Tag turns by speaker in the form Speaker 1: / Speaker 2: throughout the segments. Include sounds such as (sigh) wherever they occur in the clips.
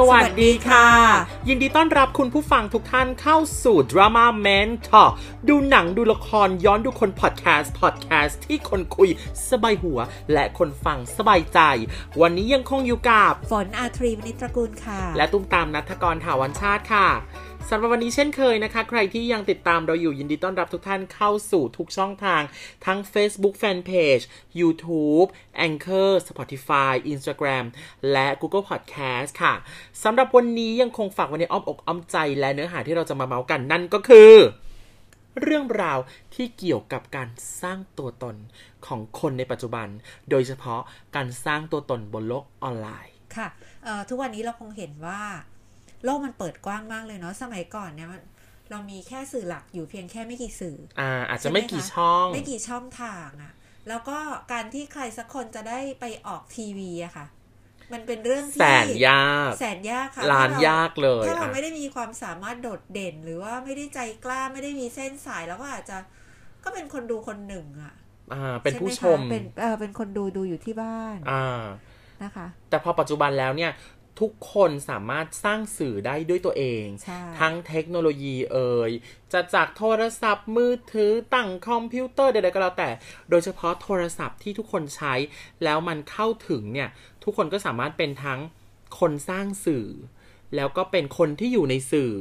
Speaker 1: สวัสดีค่ะ ยินดีต้อนรับคุณผู้ฟังทุกท่านเข้าสู่ Drama Mentor ดูหนังดูละครย้อนดูคนพอดแคสต์พอดแคสต์ที่คนคุยสบายหัว และคนฟังสบายใจ วันนี้ยังคงอยู่กับ
Speaker 2: ฝนอาทรีวณิตรกูลค่ะ
Speaker 1: และตุ้มตามนัทกรถาวรชาติค่ะสำหรับวันนี้เช่นเคยนะคะ ใครที่ยังติดตามเราอยู่ยินดีต้อนรับทุกท่านเข้าสู่ทุกช่องทาง ทั้ง Facebook Fanpage YouTube Anchor Spotify Instagram และ Google Podcast ค่ะสำหรับวันนี้ยังคงฝากไว้ในอ้อมอกอ้อมใจและเนื้อหาที่เราจะมาเมาส์กันนั่นก็คือ เรื่องราวที่เกี่ยวกับการสร้างตัวตนของคนในปัจจุบัน โดยเฉพาะการสร้างตัวตนบนโลกออนไลน์
Speaker 2: ค่ะเอ่อทุกวันนี้เราคงเห็นว่า โลกมันเปิดกว้างมากเลยเนาะ สมัยก่อนเนี่ยมันเรามีแค่สื่อหลักอยู่เพียงแค่ไม่กี่สื่อ
Speaker 1: อ่าอาจจะ
Speaker 2: ใช่ไหม
Speaker 1: ไม่กี่
Speaker 2: คะ
Speaker 1: ช่อง
Speaker 2: ไม่กี่ช่องทางอะแล้วก็การที่ใครสักคนจะได้ไปออกทีวีอะค่ะ มันเป็นเรื่องที่
Speaker 1: แสนยาก
Speaker 2: แสนยากค่ะ
Speaker 1: ล้าน
Speaker 2: ถ้เร
Speaker 1: ยากเลย
Speaker 2: ถ้าเรา
Speaker 1: อ่ะ
Speaker 2: ไม่ได้มีความสามารถโดดเด่น หรือว่าไม่ได้ใจกล้าไม่ได้มีเส้นสายแล้วก็อาจจะก็เป็นคนดูคนหนึ่งอะ
Speaker 1: อ่าเป็นผู้ช
Speaker 2: ใไห
Speaker 1: ม
Speaker 2: คะเป็นเออเป็นคนดูดูอยู่ที่บ้าน
Speaker 1: อ่า
Speaker 2: นะคะ
Speaker 1: แต่พอปัจจุบันแล้วเนี่ย ทุกคนสามารถสร้างสื่อได้ด้วยตัวเอง
Speaker 2: ใช่
Speaker 1: ทั้งเทคโนโลยีเอ่ยจะจากโทรศัพท์มือถือตั้งคอมพิวเตอร์ใดๆก็แล้วแต่ โดยเฉพาะโทรศัพท์ที่ทุกคนใช้ แล้วมันเข้าถึงเนี่ย ทุกคนก็สามารถเป็นทั้งคนสร้างสื่อ แล้วก็เป็นคนที่อยู่ในสื่อ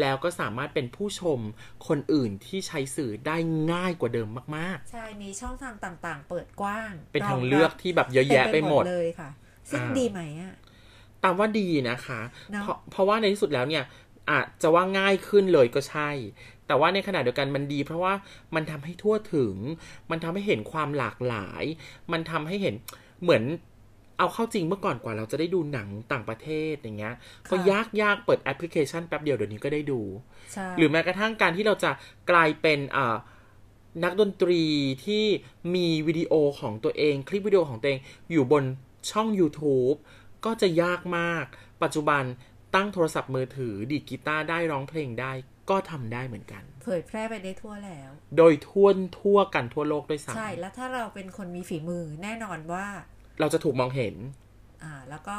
Speaker 1: แล้วก็สามารถเป็นผู้ชมคนอื่นที่ใช้สื่อได้ง่ายกว่าเดิมมากๆ
Speaker 2: ใช่ มีช่องทางต่างๆ เปิดกว้าง
Speaker 1: เป็นทาง
Speaker 2: รบ
Speaker 1: เลือกที่แบบเยอะแยะไปหมด
Speaker 2: เนเลยค่ะ ซึ่ง
Speaker 1: อ่า
Speaker 2: ดีไหมอ่ะ
Speaker 1: ตามว่าดีนะคะ
Speaker 2: เนอะ
Speaker 1: เพราะเพราะว่าในที่สุดแล้วเนี่ยอาจจะว่าง่ายขึ้นเลยก็ใช่ แต่ว่าในขณะเดียวกันมันดี เพราะว่ามันทำให้ทั่วถึง มันทำให้เห็นความหลากหลาย มันทำให้เห็นเหมือนเอาเข้าจริงเมื่อก่อนกว่าเราจะได้ดูหนังต่างประเทศอย่างเงี้ย ก็ยากยากๆเปิดแอปพลิเคชันแป๊บเดียวเดี๋ยวนี้ก็ได้ดู
Speaker 2: ใช่
Speaker 1: หรือแม้กระทั่งการที่เราจะกลายเป็นเอ่อนักดนตรีที่มีวิดีโอของตัวเอง คลิปวิดีโอของตัวเองอยู่บนช่อง YouTube ก็จะยากมาก ปัจจุบันตั้งโทรศัพท์มือถือ ดีดกีตาร์ได้ร้องเพลงได้ก็ทำได้เหมือนกัน
Speaker 2: เผยแพร่ไปได้ทั่วแล้ว
Speaker 1: โดยทั่วทั่วกันทั่วโลกด้วยซ้
Speaker 2: ใช่ แล้วถ้าเราเป็นคนมีฝีมือแน่นอนว่า
Speaker 1: ำเราจะถูกมองเห็น
Speaker 2: อ่า แล้วก็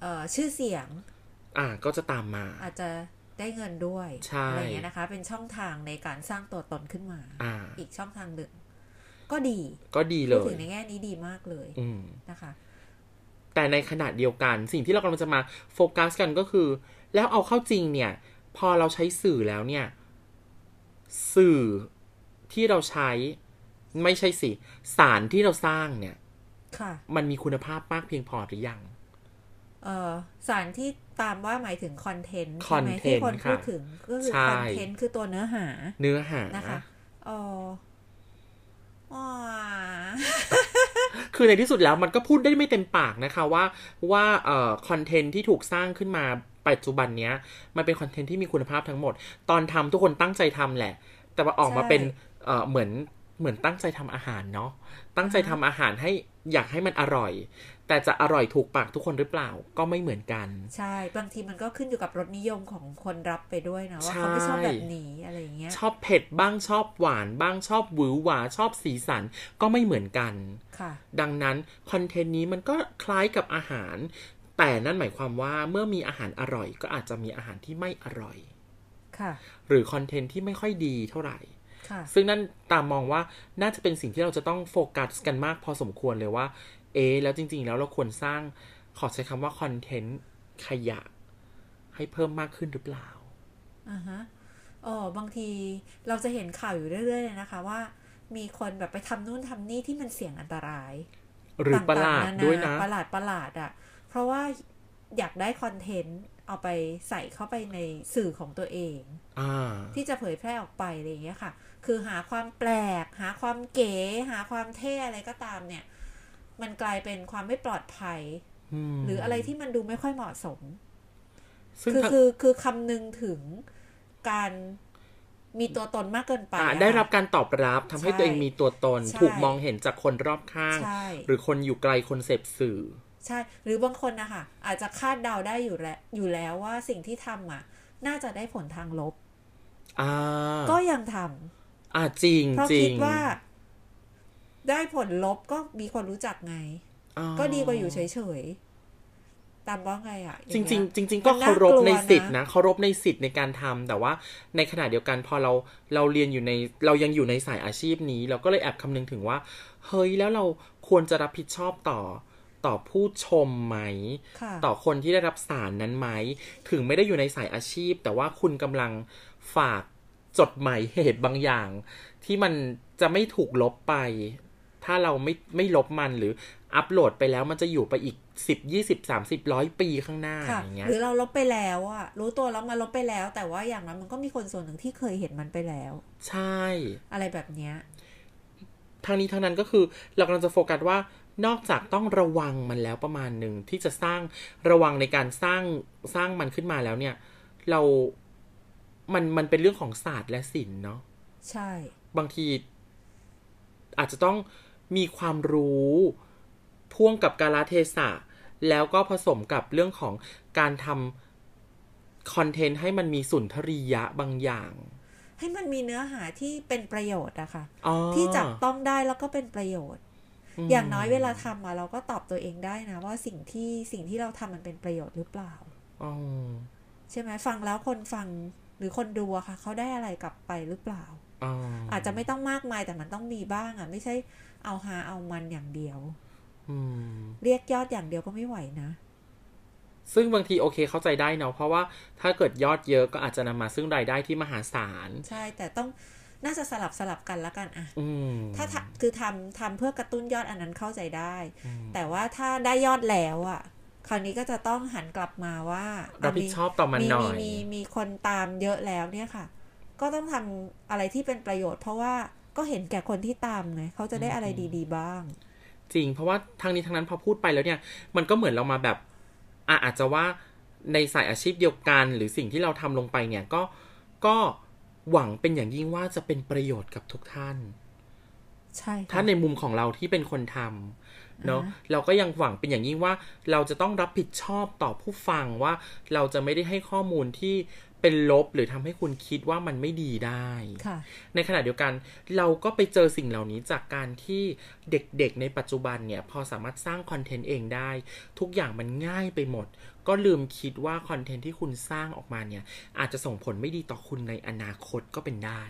Speaker 2: เอ่อ ชื่อเสียง
Speaker 1: อ่าก็จะตามมา
Speaker 2: อาจจะได้เงินด้วย
Speaker 1: ใช่
Speaker 2: อะไรอย่างเงี้ยนะคะ เป็นช่องทางในการสร้างตัวตนขึ้นมา
Speaker 1: อ่า
Speaker 2: อีกช่องทางหนึ่ง ก็ดี
Speaker 1: ก็ดีเลย
Speaker 2: พูดถึงในแง่นี้ดีมากเลย
Speaker 1: อืม
Speaker 2: นะคะ
Speaker 1: แต่ในขณะเดียวกันสิ่งที่เรากำลังจะมาโฟกัสกันก็คือ แล้วเอาเข้าจริงเนี่ย พอเราใช้สื่อแล้วเนี่ย สื่อที่เราใช้ไม่ใช่สิ สารที่เราสร้างเนี่ย
Speaker 2: ค่ะ
Speaker 1: มันมีคุณภาพมากเพียงพอหรือยัง
Speaker 2: เอ่อสารที่ตามว่าหมายถึงคอนเทนต์
Speaker 1: คอ
Speaker 2: ใช่
Speaker 1: น
Speaker 2: ไหม
Speaker 1: เทนต์
Speaker 2: ที่คนพูด
Speaker 1: ค่ะ
Speaker 2: ถึงก็คือ
Speaker 1: ใช่
Speaker 2: คอนเทนต์คือตัวเนื้อหา
Speaker 1: เนื้อหา
Speaker 2: นะคะเอ๋ออ๋อ
Speaker 1: คือในที่สุดแล้วมันก็พูดได้ไม่เต็มปากนะคะว่าว่าเอ่อคอนเทนต์ที่ถูกสร้างขึ้นมาปัจจุบันเนี้ย มันเป็นคอนเทนต์ที่มีคุณภาพทั้งหมด ตอนทำทุกคนตั้งใจทำแหละ แต่ว่าออกมาเป็นเอ่อเหมือนเหมือนตั้งใจทำอาหารเนาะ ตั้งใจทำอาหารให้อยากให้มันอร่อย แต่จะอร่อยถูกปากทุกคนหรือเปล่าก็ไม่เหมือนกัน
Speaker 2: ใช่บางทีมันก็ขึ้นอยู่กับรสนิยมของคนรับไปด้วยนะว่าเขาไม่ชอบ
Speaker 1: ใช่
Speaker 2: แบบนี้อะไรอย่างเงี้ย
Speaker 1: ชอบเผ็ดบ้างชอบหวานบ้างชอบหวือหวาชอบสีสันก็ไม่เหมือนกัน
Speaker 2: ค่ะ
Speaker 1: ดังนั้นคอนเทนต์นี้มันก็คล้ายกับอาหาร แต่นั่นหมายความว่าเมื่อมีอาหารอร่อย ก็อาจจะมีอาหารที่ไม่อร่อย
Speaker 2: ค่ะ
Speaker 1: หรือคอนเทนต์ที่ไม่ค่อยดีเท่าไหร่
Speaker 2: ค่ะ
Speaker 1: ซึ่งนั่นตามมองว่าน่าจะเป็นสิ่งที่เราจะต้องโฟกัสกันมากพอสมควรเลยว่า เอะแล้วจริง ๆ แล้วเราควรสร้างขอใช้คำว่าคอนเทนต์ขยะ ให้เพิ่มมากขึ้นหรือเปล่า
Speaker 2: อ่าฮะอ๋อบางทีเราจะเห็นข่าวอยู่เรื่อยๆเลยนะคะ ว่ามีคนแบบไปทำนู่นทำนี่ที่มันเสี่ยงอันตราย
Speaker 1: หรือประหลาด
Speaker 2: ต่งๆน
Speaker 1: ด้วยนะ
Speaker 2: ประหลาดประหลาดอ่ะ เพราะว่าอยากได้คอนเทนต์เอาไปใส่เข้าไปในสื่อของตัวเอง
Speaker 1: อ่า
Speaker 2: ที่จะเผยแพร่ออกไปอะไรอย่างเงี้ยค่ะ คือหาความแปลก หาความเก๋ หาความเท่อะไรก็ตามเนี่ย มันกลายเป็นความไม่ปลอดภัย
Speaker 1: ม
Speaker 2: หรืออะไรที่มันดูไม่ค่อยเหมาะสม
Speaker 1: ซึ่ง
Speaker 2: คือ
Speaker 1: ถ้า
Speaker 2: คือคือคำนึงถึงการมีตัวตนมากเกินไป
Speaker 1: อ่า
Speaker 2: อะ
Speaker 1: ได้
Speaker 2: ค่ะ
Speaker 1: รับการตอบรับทำให้
Speaker 2: ใช่
Speaker 1: ตัวเองมีตัวตน
Speaker 2: ใช่
Speaker 1: ถูกมองเห็นจากคนรอบข้าง
Speaker 2: ใช่
Speaker 1: หรือคนอยู่ไกลคนเสพสื่อ
Speaker 2: ใช่ หรือบางคนนะคะอาจจะคาดเดาได้อยู่แล้วอยู่แล้วว่าสิ่งที่ทำอ่ะ น่าจะได้ผลทางลบ
Speaker 1: อ่า
Speaker 2: ก็ยังทำ
Speaker 1: อ่าจริง
Speaker 2: เพราะ
Speaker 1: จริ
Speaker 2: คิ
Speaker 1: ง
Speaker 2: ดว่า ได้ผลลบก็มีคนรู้จักไง
Speaker 1: อ๋อ
Speaker 2: ก็ดีกว่าอยู่เฉย ตามว่าไงอ่ะอย่า
Speaker 1: จ
Speaker 2: เย
Speaker 1: ริงๆจริงๆก็
Speaker 2: มันน่า
Speaker 1: เคารพ
Speaker 2: กลัว
Speaker 1: ในสิทธิ
Speaker 2: นะ
Speaker 1: นะเคารพในสิทธิในการทำแต่ว่าในขณะเดียวกันพอเราเราเรียนอยู่ในเรายังอยู่ในสายอาชีพนี้ เราก็เลยแอบคำนึงถึงว่า เฮ้ยแล้วเราควรจะรับผิดชอบต่อต่อผู้ชมไหม
Speaker 2: ค่ะ
Speaker 1: ต่อคนที่ได้รับสารนั้นไหม ถึงไม่ได้อยู่ในสายอาชีพ แต่ว่าคุณกำลังฝากจดหมายเหตุบางอย่าง ที่มันจะไม่ถูกลบไป ถ้าเราไม่ไม่ลบมันหรืออัปโหลดไปแล้วมันจะอยู่ไปอีกสิบยี่สิบสามสิบร้อยปีข้างหน้า
Speaker 2: ค่ะ
Speaker 1: อย่างเงี้ย
Speaker 2: หรือเราลบไปแล้วอ่ะ รู้ตัวแล้วมาลบไปแล้ว แต่ว่าอย่างนั้นมันก็มีคนส่วนหนึ่งที่เคยเห็นมันไปแล้ว
Speaker 1: ใช่
Speaker 2: อะไรแบบเนี้ย
Speaker 1: ทางนี้ทางนั้นก็คือเรากำลังจะโฟกัสว่านอกจากต้องระวังมันแล้วประมาณหนึ่งที่จะสร้างระวังในการสร้างสร้างมันขึ้นมาแล้วเนี่ย เรา มันมันเป็นเรื่องของศาสตร์และศิลป์เนาะ
Speaker 2: ใช่
Speaker 1: บางทีอาจจะต้องมีความรู้พ่วงกับกาลเทศะ แล้วก็ผสมกับเรื่องของการทำคอนเทนต์ให้มันมีสุนทรียะบางอย่าง
Speaker 2: ให้มันมีเนื้อหาที่เป็นประโยชน์อะค่ะ
Speaker 1: อ๋อ
Speaker 2: ที่จับต้องได้แล้วก็เป็นประโยชน์
Speaker 1: ม
Speaker 2: อย่างน้อยเวลาทำอะเราก็ตอบตัวเองได้นะว่าสิ่งที่สิ่งที่เราทำมันเป็นประโยชน์หรือเปล่า
Speaker 1: อ๋อ
Speaker 2: ใช่ไหมฟังแล้วคนฟังหรือคนดูอะค่ะ เขาได้อะไรกลับไปหรือเปล่า
Speaker 1: อ๋อ
Speaker 2: อาจจะไม่ต้องมากมายแต่มันต้องมีบ้างอะไม่ใช่เอาหาเอามันอย่างเดียว
Speaker 1: อืม
Speaker 2: เรียกยอดอย่างเดียวก็ไม่ไหวนะ
Speaker 1: ซึ่งบางทีโอเคเข้าใจได้เนาะเพราะว่าถ้าเกิดยอดเยอะก็อาจจะนำมาซึ่งรายได้ที่มหาศาล
Speaker 2: ใช่แต่ต้องน่าจะสลับสลับกันละกันอะ
Speaker 1: อืม
Speaker 2: ถ้าทำคือทำทำเพื่อกระตุ้นยอดอันนั้นเข้าใจได้
Speaker 1: อืม
Speaker 2: แต่ว่าถ้าได้ยอดแล้วอะคราวนี้ก็จะต้องหันกลับมาว่า
Speaker 1: รับผิด
Speaker 2: มี
Speaker 1: ชอบต่อมัน
Speaker 2: มี
Speaker 1: หน่อ
Speaker 2: มี
Speaker 1: ย
Speaker 2: มีมีคนตามเยอะแล้วเนี่ยค่ะ ก็ต้องทำอะไรที่เป็นประโยชน์ เพราะว่าก็เห็นแก่คนที่ตามไงเขาจะได้อะไรดีๆบ้าง
Speaker 1: จริง เพราะว่าทางนี้ทางนั้นพอพูดไปแล้วเนี่ย มันก็เหมือนเรามาแบบอ่ะอาจจะว่าในสายอาชีพเดียวกันหรือสิ่งที่เราทำลงไปเนี่ยก็ก็หวังเป็นอย่างยิ่งว่าจะเป็นประโยชน์กับทุกท่าน
Speaker 2: ใช่ค่ะ
Speaker 1: ถ้าในมุมของเราที่เป็นคนทำเนาะเราก็ยังหวังเป็นอย่างยิ่งว่า เราจะต้องรับผิดชอบต่อผู้ฟังว่า เราจะไม่ได้ให้ข้อมูลที่เป็นลบหรือทำให้คุณคิดว่ามันไม่ดีได้
Speaker 2: ค่ะ
Speaker 1: ในขณะเดียวกันเราก็ไปเจอสิ่งเหล่านี้จากการที่เด็กๆในปัจจุบันเนี่ย พอสามารถสร้างคอนเทนต์เองได้ ทุกอย่างมันง่ายไปหมด ก็ลืมคิดว่าคอนเทนต์ที่คุณสร้างออกมาเนี่ย อาจจะส่งผลไม่ดีต่อคุณในอนาคตก็เป็นได้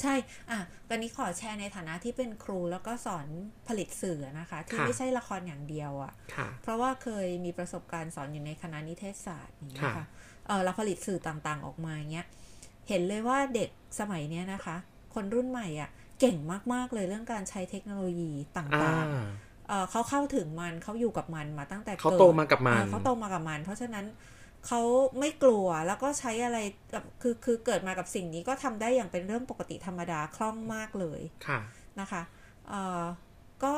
Speaker 2: ใช่อ่ะตอนนี้ขอแชร์ในฐานะที่เป็นครูแล้วก็สอนผลิตสื่อนะคะ ที่
Speaker 1: ค่ะ
Speaker 2: ไม่ใช่ละครอย่างเดียวอะ่ะ
Speaker 1: ค่ะ
Speaker 2: เพราะว่าเคยมีประสบการณ์สอนอยู่ในคณะนิเทศศาสตร์อย่างนี้ย
Speaker 1: ค่ะ
Speaker 2: ค่ะเออเราผลิตสื่อต่างๆออกมาอย่างเงี้ยเห็นเลยว่าเด็กสมัยเนี้ยนะคะ คนรุ่นใหม่อะ่ะเก่งมากๆเลยเรื่องการใช้เทคโนโลยีต
Speaker 1: อ่า
Speaker 2: ่างๆ เอ่อเขาเข้าถึงมันเขาอยู่กับมันมาตั้งแต่
Speaker 1: เขา
Speaker 2: กิด
Speaker 1: โตมากับมัน
Speaker 2: เออเขาโตมากับมัน เพราะฉะนั้นเขาไม่กลัวแล้วก็ใช้อะไรแบบคือคือเกิดมากับสิ่งนี้ก็ทำได้อย่างเป็นเรื่องปกติธรรมดาคล่องมากเลย
Speaker 1: ค่ะ
Speaker 2: นะคะเอ่อก็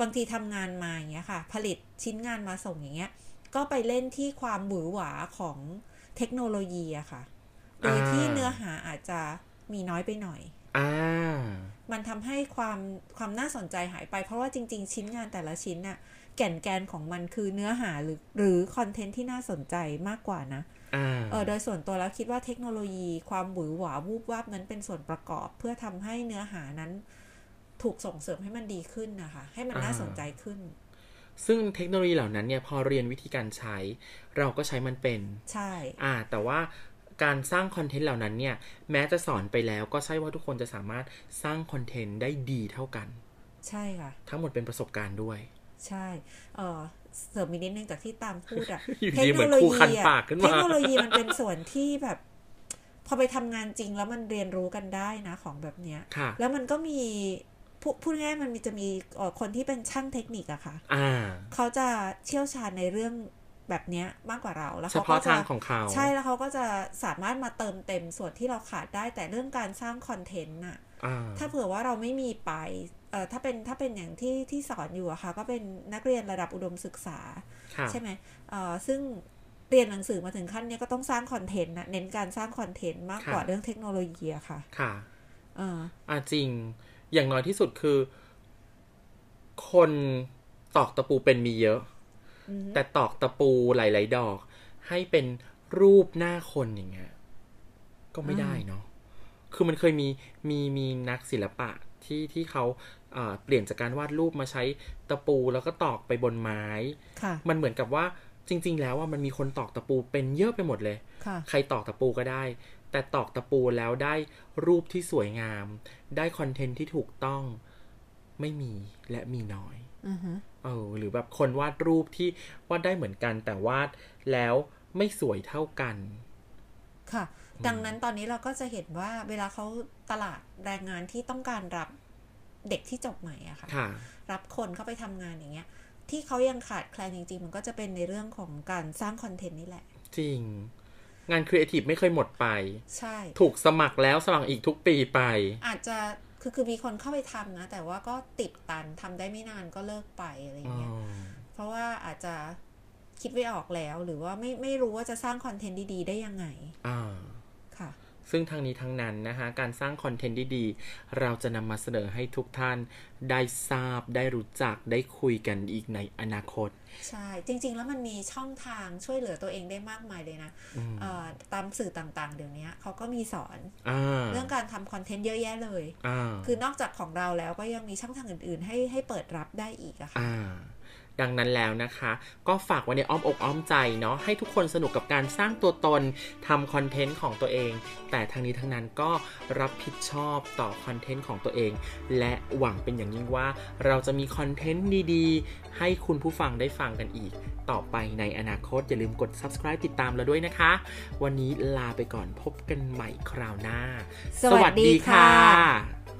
Speaker 2: บางทีทำงานมาอย่างเงี้ยค่ะ ผลิตชิ้นงานมาส่งอย่างเงี้ย ก็ไปเล่นที่ความหวือหวาของเทคโนโลยีอะค่ะ โดยที่
Speaker 1: อ่า
Speaker 2: เนื้อหาอาจจะมีน้อยไปหน่อย
Speaker 1: อ่า
Speaker 2: มันทำให้ความความน่าสนใจหายไป เพราะว่าจริง ๆ ชิ้นงานแต่ละชิ้นน่ะแก่นแกนของมันคือเนื้อหาหรือหรือคอนเทนต์ที่น่าสนใจมากกว่านะ
Speaker 1: อ่า
Speaker 2: เออโดยส่วนตัวแล้วคิดว่าเทคโนโลยีความหวือหวาวูบวาบนั้นเป็นส่วนประกอบ เพื่อทำให้เนื้อหานั้น ถูกส่งเสริมให้มันดีขึ้นนะคะ ให้มันน่า
Speaker 1: อ่า
Speaker 2: สนใจขึ้น
Speaker 1: ซึ่งเทคโนโลยีเหล่านั้นเนี่ยพอเรียนวิธีการใช้ เราก็ใช้มันเป็น
Speaker 2: ใช่
Speaker 1: อ่าแต่ว่าการสร้างคอนเทนต์เหล่านั้นเนี่ย แม้จะสอนไปแล้วก็ใช่ว่าทุกคนจะสามารถสร้างคอนเทนต์ได้ดีเท่ากัน
Speaker 2: ใช่ค่ะ
Speaker 1: ทั้งหมดเป็นประสบการณ์ด้วย
Speaker 2: ใช่เออเสริมอีกนิดนึงจากที่ตามพูดอะ
Speaker 1: (laughs) อยู่ดีเหมือนครูคันปากขึ้น
Speaker 2: เท
Speaker 1: มา
Speaker 2: คโนโลยีมันเป็นส่วนที่แบบ พอไปทำงานจริงแล้วมันเรียนรู้กันได้นะของแบบเนี้ย
Speaker 1: ค่ะ
Speaker 2: แล้วมันก็มีพูพูดง่ายๆมันมีจะมีเอ่อคนที่เป็นช่างเทคนิคอะค่ะ
Speaker 1: อ่า
Speaker 2: เขาจะเชี่ยวชาญในเรื่องแบบเนี้ยมากกว่าเราแล้ว
Speaker 1: เฉ
Speaker 2: เขา
Speaker 1: พาะ
Speaker 2: ก็จะ
Speaker 1: ทางของเขา
Speaker 2: ใช่แล้วเขาก็จะสามารถมาเติมเต็มส่วนที่เราขาดได้แต่เรื่องการสร้างคอนเทนต์น่ะ
Speaker 1: อ่า
Speaker 2: ถ้าเผื่อว่าเราไม่มีไปเอ่อถ้าเป็นถ้าเป็นอย่างที่ที่สอนอยู่อะค่ะ ก็เป็นนักเรียนระดับอุดมศึกษา
Speaker 1: ค่ะ
Speaker 2: ใช่ไหมเอ่อซึ่งเรียนหนังสือมาถึงขั้นเนี้ยก็ต้องสร้างคอนเทนต์นะเน้นการสร้างคอนเทนต์มากกว่าเรื่องเทคโนโลยีอะค่ะ
Speaker 1: ค่ะ
Speaker 2: เออ
Speaker 1: อ่าจริง อย่างน้อยที่สุดคือ คนตอกตะปูเป็นมีเยอะ
Speaker 2: อืม
Speaker 1: แต่ตอกตะปูหลาย ๆ ดอก ให้เป็นรูปหน้าคนอย่างเงี้ยก็ไม่ได้เนาะคือมันเคยมีมีมีนักศิลปะที่ที่เขาเอ่อเปลี่ยนจากการวาดรูปมาใช้ตะปูแล้วก็ตอกไปบนไม้
Speaker 2: ค่ะ
Speaker 1: มันเหมือนกับว่า จริง ๆ แล้วว่ามันมีคนตอกตะปูเป็นเยอะไปหมดเลย
Speaker 2: ค่ะ
Speaker 1: ใครตอกตะปูก็ได้ แต่ตอกตะปูแล้วได้รูปที่สวยงาม ได้คอนเทนต์ที่ถูกต้องไม่มีและมีน้อย
Speaker 2: อือฮึ
Speaker 1: เออหรือแบบคนวาดรูปที่วาดได้เหมือนกัน แต่วาดแล้วไม่สวยเท่ากัน
Speaker 2: ค่ะ ดังนั้นตอนนี้เราก็จะเห็นว่าเวลาเขาตลาดแรงงานที่ต้องการรับเด็กที่จบใหม่อะค่ะ
Speaker 1: ค่ะ
Speaker 2: รับคนเข้าไปทำงานอย่างเงี้ย ที่เขายังขาดแคลนจริงๆ มันก็จะเป็นในเรื่องของการสร้างคอนเทนต์นี่แหละ
Speaker 1: จริง งานครีเอทีฟไม่เคยหมดไป
Speaker 2: ใช่
Speaker 1: ถูกสมัครแล้วสมัครอีกทุกปีไป
Speaker 2: อาจจะคือคือมีคนเข้าไปทำนะ แต่ว่าก็ติดตันทำได้ไม่นานก็เลิกไปอะไรอย่างเงี้ย เพราะว่าอาจจะคิดไม่ออกแล้วหรือว่าไม่ไม่รู้ว่าจะสร้างคอนเทนต์ดีๆ ได้ยังไง
Speaker 1: อ่า
Speaker 2: ค่ะ
Speaker 1: ซึ่งทางนี้ทั้งนั้นนะคะ การสร้างคอนเทนต์ดีๆ เราจะนำมาเสนอให้ทุกท่านได้ทราบได้รู้จักได้คุยกันอีกในอนาคต
Speaker 2: ใช่จริง ๆ แล้วมันมีช่องทางช่วยเหลือตัวเองได้มากมายเลยนะ
Speaker 1: อืม
Speaker 2: เอ่อตามสื่อต่างๆ เดี๋ยวนี้เขาก็มีสอน
Speaker 1: อ่า
Speaker 2: เรื่องการทำคอนเทนต์เยอะแยะเลย
Speaker 1: อ่า
Speaker 2: คือนอกจากของเราแล้วก็ยังมีช่องทางอื่น ๆ ให้ให้เปิดรับได้อีกอะค่ะ
Speaker 1: อ่า ดังนั้นแล้วนะคะ ก็ฝากไว้ในอ้อมอกอ้อมใจเนาะให้ทุกคนสนุกกับการสร้างตัวตนทำคอนเทนต์ของตัวเอง แต่ทางนี้ทั้งนั้นก็รับผิดชอบต่อคอนเทนต์ของตัวเอง และหวังเป็นอย่างยิ่งว่า เราจะมีคอนเทนต์ดีๆ ให้คุณผู้ฟังได้ฟังกันอีก ต่อไปในอนาคตอย่าลืมกด subscribe ติดตามเราด้วยนะคะ วันนี้ลาไปก่อนพบกันใหม่คราวหน้า
Speaker 2: สวัสดีค่ะ